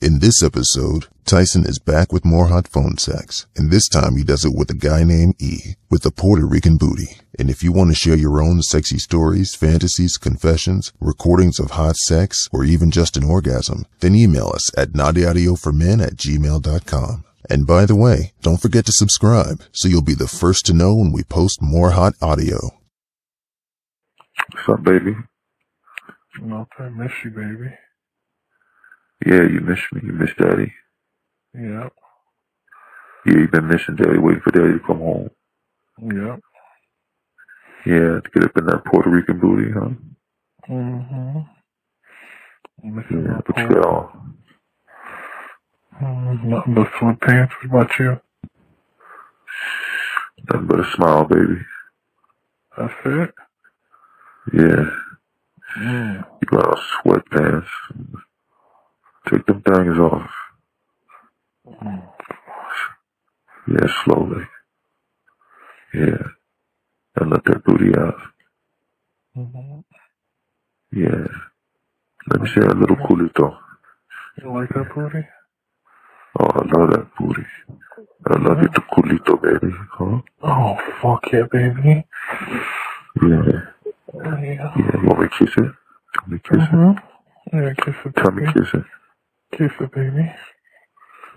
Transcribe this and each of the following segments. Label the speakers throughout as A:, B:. A: In this episode, Tyson is back with more hot phone sex, and this time he does it with a guy named E, with a Puerto Rican booty. And if you want to share your own sexy stories, fantasies, confessions, recordings of hot sex, or even just an orgasm, then email us at naudyaudioformen at gmail.com. And by the way, don't forget to subscribe so you'll be the first to know when we post more hot audio.
B: What's up, baby?
C: Nothing. I miss you, baby.
B: Yeah, you miss me. You miss daddy.
C: Yep.
B: Yeah, you've been missing daddy, waiting for daddy to come home.
C: Yep.
B: Yeah, to get up in that Puerto Rican booty, huh?
C: Mm-hmm. Missing
B: Yeah,
C: my
B: but
C: pool.
B: y'all,
C: Mm, Nothing but sweatpants. What about you?
B: nothing but a smile, baby.
C: That's it?
B: Yeah,
C: Mm.
B: you got our sweatpants. Take them things off. Yeah, slowly. Yeah. And let that booty out.
C: Mhm.
B: Yeah. Let me see that little culito.
C: You like that booty?
B: Oh, I love that booty. I love it, the culito, baby. Huh?
C: Oh, fuck yeah, baby. Oh,
B: Yeah.
C: Yeah.
B: Yeah, you want me to kiss it? Tell me to kiss it.
C: Mm-hmm. Yeah, kiss it,
B: Tell me
C: baby.
B: to kiss it.
C: Kiss it, baby.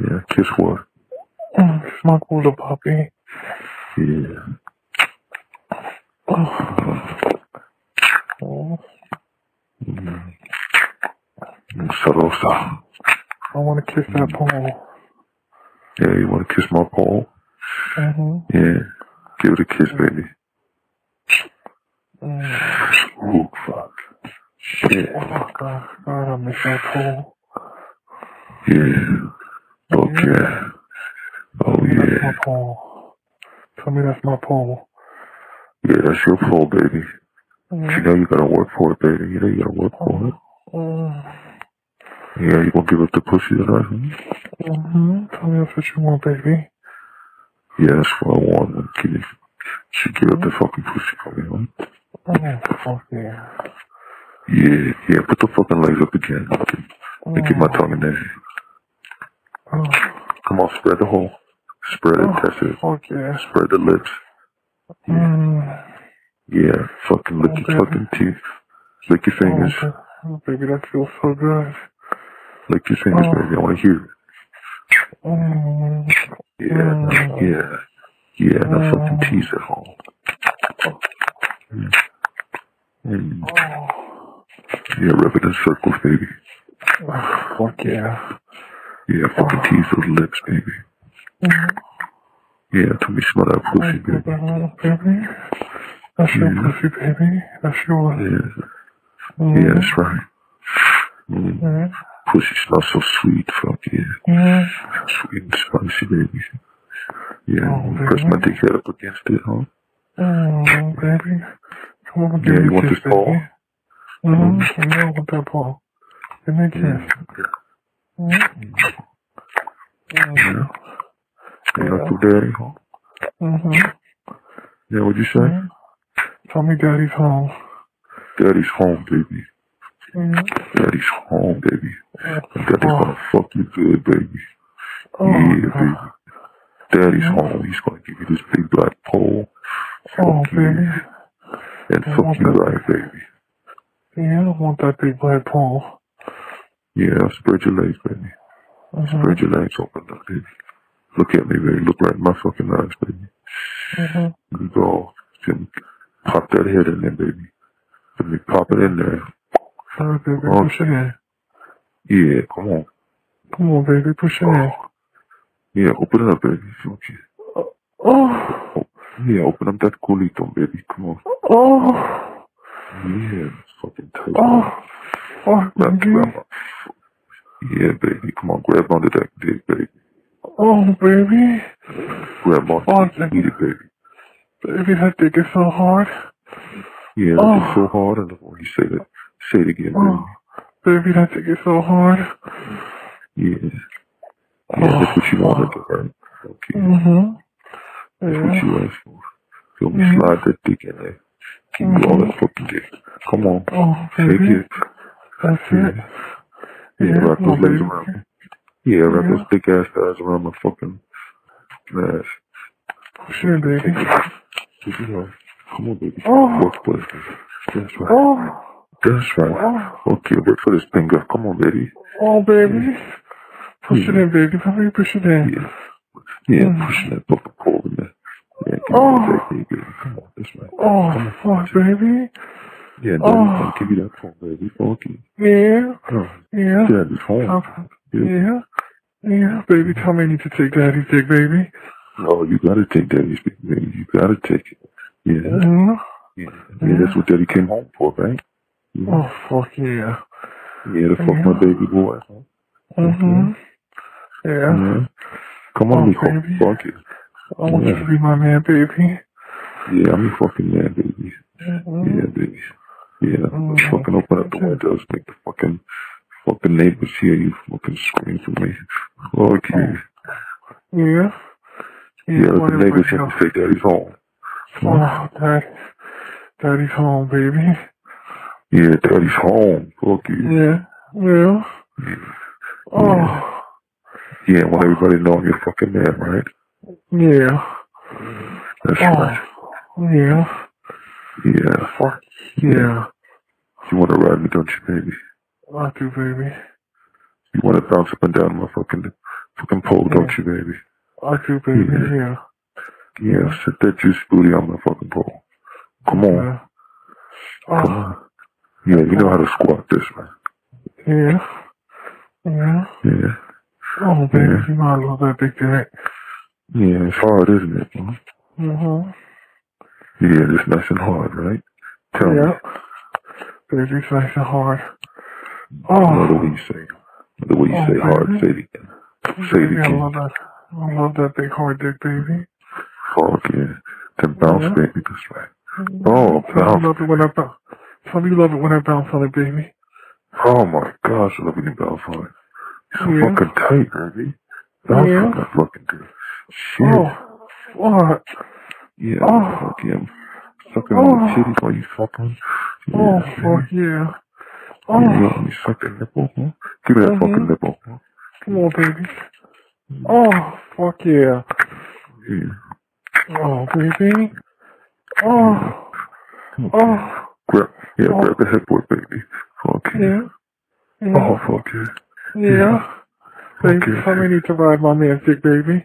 B: Yeah, kiss what?
C: Mm, it's my little puppy.
B: Yeah.
C: Oh,
B: Sarosa.
C: I want to kiss
B: Mm.
C: that pole.
B: Yeah, you want to kiss my pole?
C: Mm-hmm.
B: Yeah. Give it a kiss, baby.
C: Mm.
B: Ooh, fuck. Yeah.
C: Oh, God. God, I miss that pole.
B: Yeah. Okay. Oh,
C: That's my
B: yeah.
C: pole. Tell me that's my pole.
B: Yeah, that's your pole, baby. But you
C: Mm.
B: know you gotta work for it, baby. You know you gotta work for it.
C: Mm.
B: Yeah, you gonna give up the pussy tonight? Hmm?
C: Mm-hmm. Tell me that's what you want, baby.
B: Yeah, that's what I want. When can you, she give up the fucking pussy for me, huh?
C: Oh, fuck yeah.
B: Yeah, yeah, put the fucking leg up again. And get my tongue in there.
C: Oh,
B: Come on, spread the hole. Spread it, test it.
C: fuck yeah.
B: Spread the lips.
C: Mm.
B: Yeah, fucking lick your fucking teeth. Lick your fingers.
C: Oh, baby, that feels so good.
B: Lick your fingers,
C: Oh.
B: baby. I want to hear it.
C: Mm.
B: Yeah, now- yeah, yeah. Now fucking tease at home. Mm. Yeah, rub it in circles, baby.
C: Oh, fuck yeah.
B: Yeah, fucking tease those lips, baby. Yeah, tell me smell that pussy, baby.
C: Oh, baby. That's your pussy, baby. That's yours.
B: Yeah, yeah, that's right. Mm.
C: Mm.
B: Pussy smells so sweet, fuck yeah.
C: Mm.
B: Sweet and spicy, baby. Yeah,
C: Oh,
B: press my
C: baby.
B: dick head up against it, huh?
C: Oh, baby. Come on, give
B: Yeah,
C: me
B: you
C: a
B: want
C: kiss,
B: this ball?
C: baby. Mm-hmm. Yeah, I want that ball. Give me a kiss.
B: Yeah.
C: Mm.
B: Yeah. You like your daddy, huh?
C: Mm-hmm.
B: Yeah, what'd you say?
C: Mhm. Tell me daddy's home.
B: Daddy's home, baby.
C: Mm.
B: Daddy's home, baby. And Daddy's
C: Oh.
B: gonna fuck you good, baby.
C: Oh,
B: yeah, baby.
C: God.
B: Daddy's home. He's gonna give you this big black pole
C: oh
B: Fuck you.
C: baby.
B: and
C: I
B: fuck
C: want
B: you
C: that.
B: right, baby.
C: Yeah, I don't want that big black pole.
B: Yeah, spread your legs, baby.
C: Mhm.
B: Spread your legs open up, baby. Look at me, baby. Look right in my fucking eyes, baby.
C: Mhm.
B: You go. Can pop that head in there, baby. Let me pop it in there.
C: Sorry, baby,
B: Oh.
C: push it in.
B: Yeah, come on.
C: Come on, baby, push it in.
B: Yeah, open it up, baby. Okay.
C: Oh,
B: Yeah, open up that culito, baby. Come on.
C: oh,
B: Yeah, fucking tight.
C: oh, fuck,
B: Now
C: baby.
B: grab my- Yeah, baby. Come on, grab onto that dick, baby.
C: Oh, baby.
B: Grab onto
C: Fuck.
B: it, eat it, baby.
C: Baby, that dick is so hard.
B: Yeah,
C: Oh.
B: it's so hard. I don't want you to say that. Say it again,
C: Oh, baby, that dick is so hard.
B: baby. Yeah. Yeah, that's what you want to do, right? Okay.
C: Mm-hmm.
B: That's
C: Yeah.
B: what you asked for. Feel me?
C: Mhm.
B: Slide that dick in there. Keep
C: Mm-hmm.
B: all that fucking dick. Come on.
C: Oh,
B: Take
C: baby,
B: it.
C: that's it.
B: Yeah,
C: Yeah,
B: rock
C: come on,
B: those legs
C: baby.
B: around. Yeah, wrap
C: Yeah.
B: those thick ass thighs around my fucking, fucking ass.
C: Push me, baby.
B: You know, come on, baby.
C: Oh.
B: Work with me. That's right.
C: Oh,
B: That's right.
C: oh,
B: Okay, work for this finger. Come on, baby.
C: oh, baby. Push it in, baby. Come here, push it in.
B: Yeah. Yeah,
C: Mm.
B: pushing that fucking pole in there. Yeah, give
C: Oh.
B: me that baby. Come on, that's right.
C: Oh, oh, baby.
B: Yeah, daddy,
C: Oh.
B: I'll give you that pole, baby. Funky.
C: Yeah,
B: Oh,
C: yeah.
B: daddy's home.
C: Come- Yeah, yeah, baby. Tell me I need to take daddy's dick, baby.
B: No, you gotta take daddy's baby. baby. You gotta take it. Yeah.
C: Mm-hmm.
B: Yeah, yeah, that's what daddy came home for, right? Yeah,
C: Oh, fuck yeah.
B: yeah to fuck my baby boy.
C: Mm-hmm. Yeah.
B: Yeah. Come on,
C: Oh,
B: me fuck,
C: baby.
B: fuck it.
C: I want you to be my man, baby.
B: Yeah, I'm your fucking man, baby.
C: Mhm.
B: Yeah, baby. Yeah,
C: Mm.
B: fucking open up the windows, make the fucking fucking neighbors hear you fucking scream for me. Okay.
C: Oh, Yeah.
B: Yeah, let the
C: whatever,
B: neighbors
C: yo.
B: have to take daddy's home.
C: Oh, daddy. Daddy's home, baby.
B: Yeah, daddy's home. Fuck you.
C: Yeah. Yeah. Oh.
B: Yeah, want everybody to know I'm your fucking man, right?
C: Yeah.
B: That's
C: Oh.
B: right.
C: Yeah.
B: Yeah.
C: Fuck. Yeah.
B: You wanna ride me, don't you, baby?
C: I do, baby.
B: You wanna bounce up and down my fucking fucking pole, don't you, baby?
C: I do, baby.
B: Mm-hmm.
C: Yeah.
B: Yeah, sit that juice booty on my fucking pole. Come on.
C: Yeah.
B: Come
C: Oh.
B: on. Yeah, you know how to squat this, man.
C: Yeah. Yeah.
B: Yeah.
C: Oh, baby,
B: Yeah.
C: you might love that big dick.
B: Yeah, it's hard, isn't it? huh?
C: Mm-hmm.
B: Yeah, it's nice and hard, right? Tell me.
C: Yep. Baby's nice and hard.
B: Know the way
C: Oh,
B: you say it. The way you
C: Oh,
B: say hard,
C: baby.
B: say it again. Say it
C: baby, I
B: again.
C: love that. I love that big hard dick, baby.
B: Fuck yeah. Then bounce,
C: Yeah.
B: baby. That's right. Oh,
C: Tell me you
B: bounce.
C: love it when I bounce. Tell me you love it when I bounce on it, baby.
B: Oh my gosh, I love you, bounce on it. It's so
C: Yeah.
B: fucking tight, baby. Bounce
C: Yeah.
B: on that fucking dick. Shit.
C: Oh, fuck.
B: Yeah,
C: Oh.
B: fuck yeah. Sucking on the
C: Oh.
B: titties while you fucking.
C: Oh,
B: Yeah, Mm-hmm.
C: fuck yeah.
B: You
C: Oh,
B: let me suck that nipple, huh? Give me that
C: Mhm.
B: fucking nipple. huh?
C: come on, baby. Oh, fuck yeah.
B: Yeah.
C: Oh, baby. Oh,
B: Come on.
C: oh,
B: Grab, yeah,
C: Oh.
B: grab the headboard, baby. Fuck yeah.
C: yeah. Yeah.
B: Oh, fuck yeah.
C: Yeah. Baby,
B: Okay.
C: somebody need to ride my man dick, baby.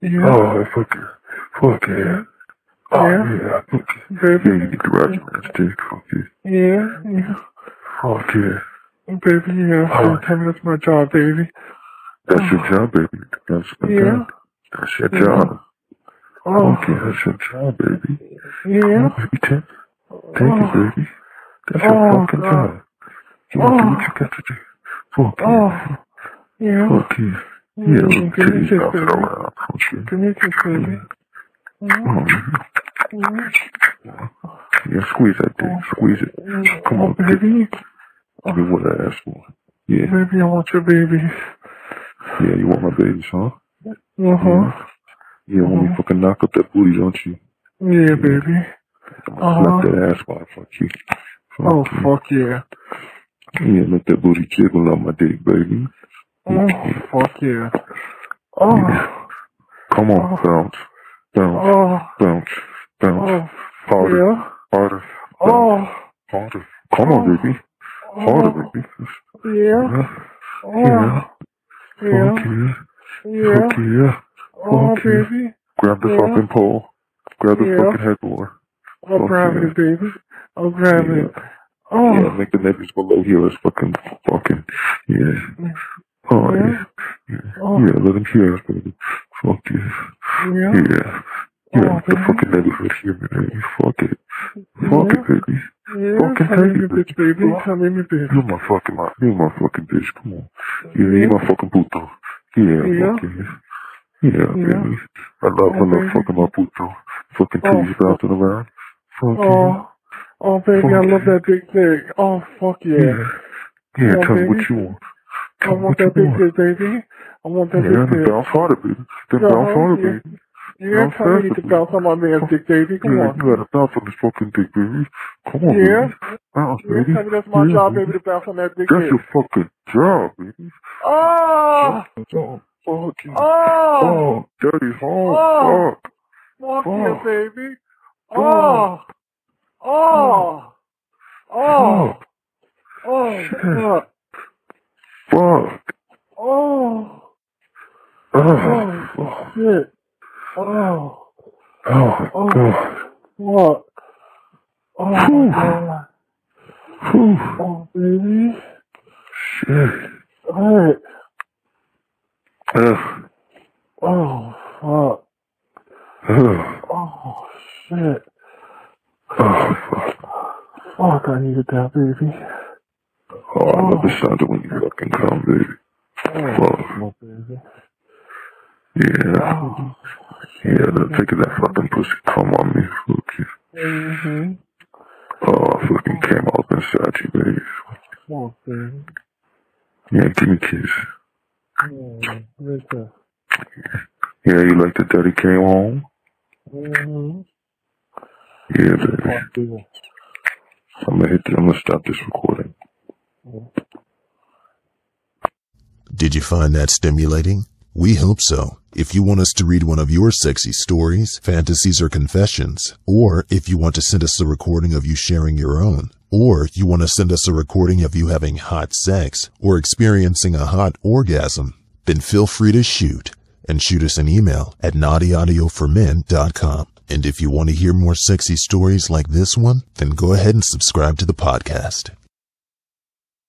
C: Yeah.
B: Oh, fuck yeah. Fuck yeah. Oh,
C: Yeah.
B: yeah, fuck yeah. Yeah, you
C: Baby.
B: need to ride your man's dick. Fuck yeah.
C: Yeah. yeah.
B: Fuck yeah.
C: Baby, yeah.
B: Oh.
C: Tell me that's my job, baby.
B: That's your job, baby. That's my
C: Oh. Yeah.
B: job. That's your
C: Yeah.
B: job.
C: Oh,
B: Fuck yeah, that's your job, baby.
C: yeah.
B: Baby, take, take it,
C: Oh.
B: baby. That's your
C: Oh,
B: fucking
C: God.
B: job. You wanna do
C: Oh.
B: what you got to do. Fuck yeah.
C: Oh. Yeah.
B: Fuck yeah. Yeah,
C: Mm,
B: little
C: Give me a
B: titties
C: kiss,
B: bouncing
C: baby.
B: around. Fuck yeah.
C: Give me a kiss, baby. Mm,
B: Oh, man.
C: mm,
B: Yeah, squeeze that thing.
C: Oh.
B: Squeeze it.
C: mm.
B: Come
C: Oh,
B: on,
C: baby.
B: Give me what I asked for. Yeah,
C: Baby, I want your babies.
B: yeah, you want my babies, huh?
C: Uh-huh.
B: Yeah, you want me to fucking knock up that booty, don't you?
C: Yeah, baby.
B: I'm
C: Uh-huh.
B: gonna Knock that ass while I fuck you. Fuck
C: Oh,
B: you.
C: fuck yeah.
B: Yeah, make that booty jiggle on my dick, baby.
C: Oh, fuck yeah. Oh,
B: Come on,
C: Oh.
B: bounce. Bounce,
C: oh,
B: bounce, bounce.
C: oh,
B: Harder,
C: yeah.
B: harder,
C: Oh,
B: harder. Come on, baby. Harder, baby.
C: yeah, Oh,
B: Yeah,
C: yeah,
B: yeah,
C: yeah,
B: fuck yeah,
C: yeah.
B: fuck yeah.
C: Oh,
B: Okay.
C: baby,
B: Grab the
C: Yeah.
B: fucking pole. Grab the
C: Yeah.
B: fucking headboard.
C: I'll
B: Fuck
C: grab
B: yeah.
C: it, baby. I'll grab
B: Yeah.
C: it. Oh,
B: Yeah, make the neighbors below hear us fucking fucking. Yeah. Oh yeah.
C: Yeah. oh,
B: Yeah, let them hear us, baby. Fuck yeah.
C: yeah,
B: Yeah. Yeah,
C: Oh,
B: make the
C: baby.
B: fucking neighborhood hear me, baby. Fuck it. Fuck
C: yeah,
B: it, baby.
C: yeah.
B: Fucking
C: Come in,
B: hate
C: you
B: it.
C: bitch, baby. Come in, you bitch.
B: You're my fucking, you're my fucking bitch. Come on. Yeah, you're my fucking puto. Yeah,
C: Mm-hmm. Yeah.
B: fuck yeah. Yeah,
C: Yeah.
B: baby. I love when I'm
C: baby.
B: fucking my puto. Fucking
C: Oh,
B: titties
C: fuck.
B: bouncing around. Fuck yeah.
C: Oh, oh, baby, I love that big dick. Oh, fuck yeah.
B: Yeah. Yeah,
C: Oh,
B: tell me what
C: baby.
B: you want.
C: I
B: Tell me
C: want
B: what you
C: that big
B: want.
C: dick, baby. I want that
B: Yeah,
C: big
B: then
C: dick.
B: bounce harder, baby. Then
C: Yeah,
B: bounce harder,
C: yeah.
B: baby.
C: Yeah, tell me you need to bounce on my man's dick, baby. Come
B: Yeah,
C: on.
B: you gotta bounce on this fucking dick, baby. Come on,
C: Yeah.
B: baby. Bounce,
C: Yeah,
B: baby.
C: tell me that's my
B: Yeah,
C: job,
B: baby.
C: baby, to bounce on that big
B: That's
C: dick.
B: your fucking job, baby.
C: Oh,
B: Don't fuck you.
C: oh,
B: Oh, dirty hole.
C: Oh.
B: Fuck.
C: fuck
B: oh.
C: you, baby.
B: Oh.
C: Oh, oh, oh,
B: Fuck.
C: oh, fuck.
B: Fuck.
C: oh,
B: Oh.
C: oh, shit. Oh,
B: Oh,
C: Oh.
B: God.
C: fuck. Oh,
B: Whew.
C: God.
B: Whew.
C: oh, baby.
B: Shit.
C: Alright.
B: Ugh.
C: Oh, fuck.
B: Ugh.
C: Oh, shit.
B: Oh, fuck.
C: Fuck, I needed that, baby.
B: Oh, I love the sound of when you fucking come, baby. Fuck.
C: Oh, baby.
B: Yeah.
C: Oh,
B: Yeah, the thick of that fucking pussy come on me. Fuck you.
C: mhm.
B: Oh, I fucking came up inside you, baby.
C: Oh, baby.
B: Yeah, give me a kiss.
C: Mm, listen.
B: Yeah, you like the daddy came home?
C: Mhm.
B: Yeah, baby.
C: Fuck, baby.
B: I'm gonna hit. I'm gonna stop this recording.
A: Did you find that stimulating? We hope so. If you want us to read one of your sexy stories, fantasies, or confessions, or if you want to send us a recording of you sharing your own, or you want to send us a recording of you having hot sex or experiencing a hot orgasm, then feel free to shoot and shoot us an email at naughtyaudioformen.com. And if you want to hear more sexy stories like this one, then go ahead and subscribe to the podcast.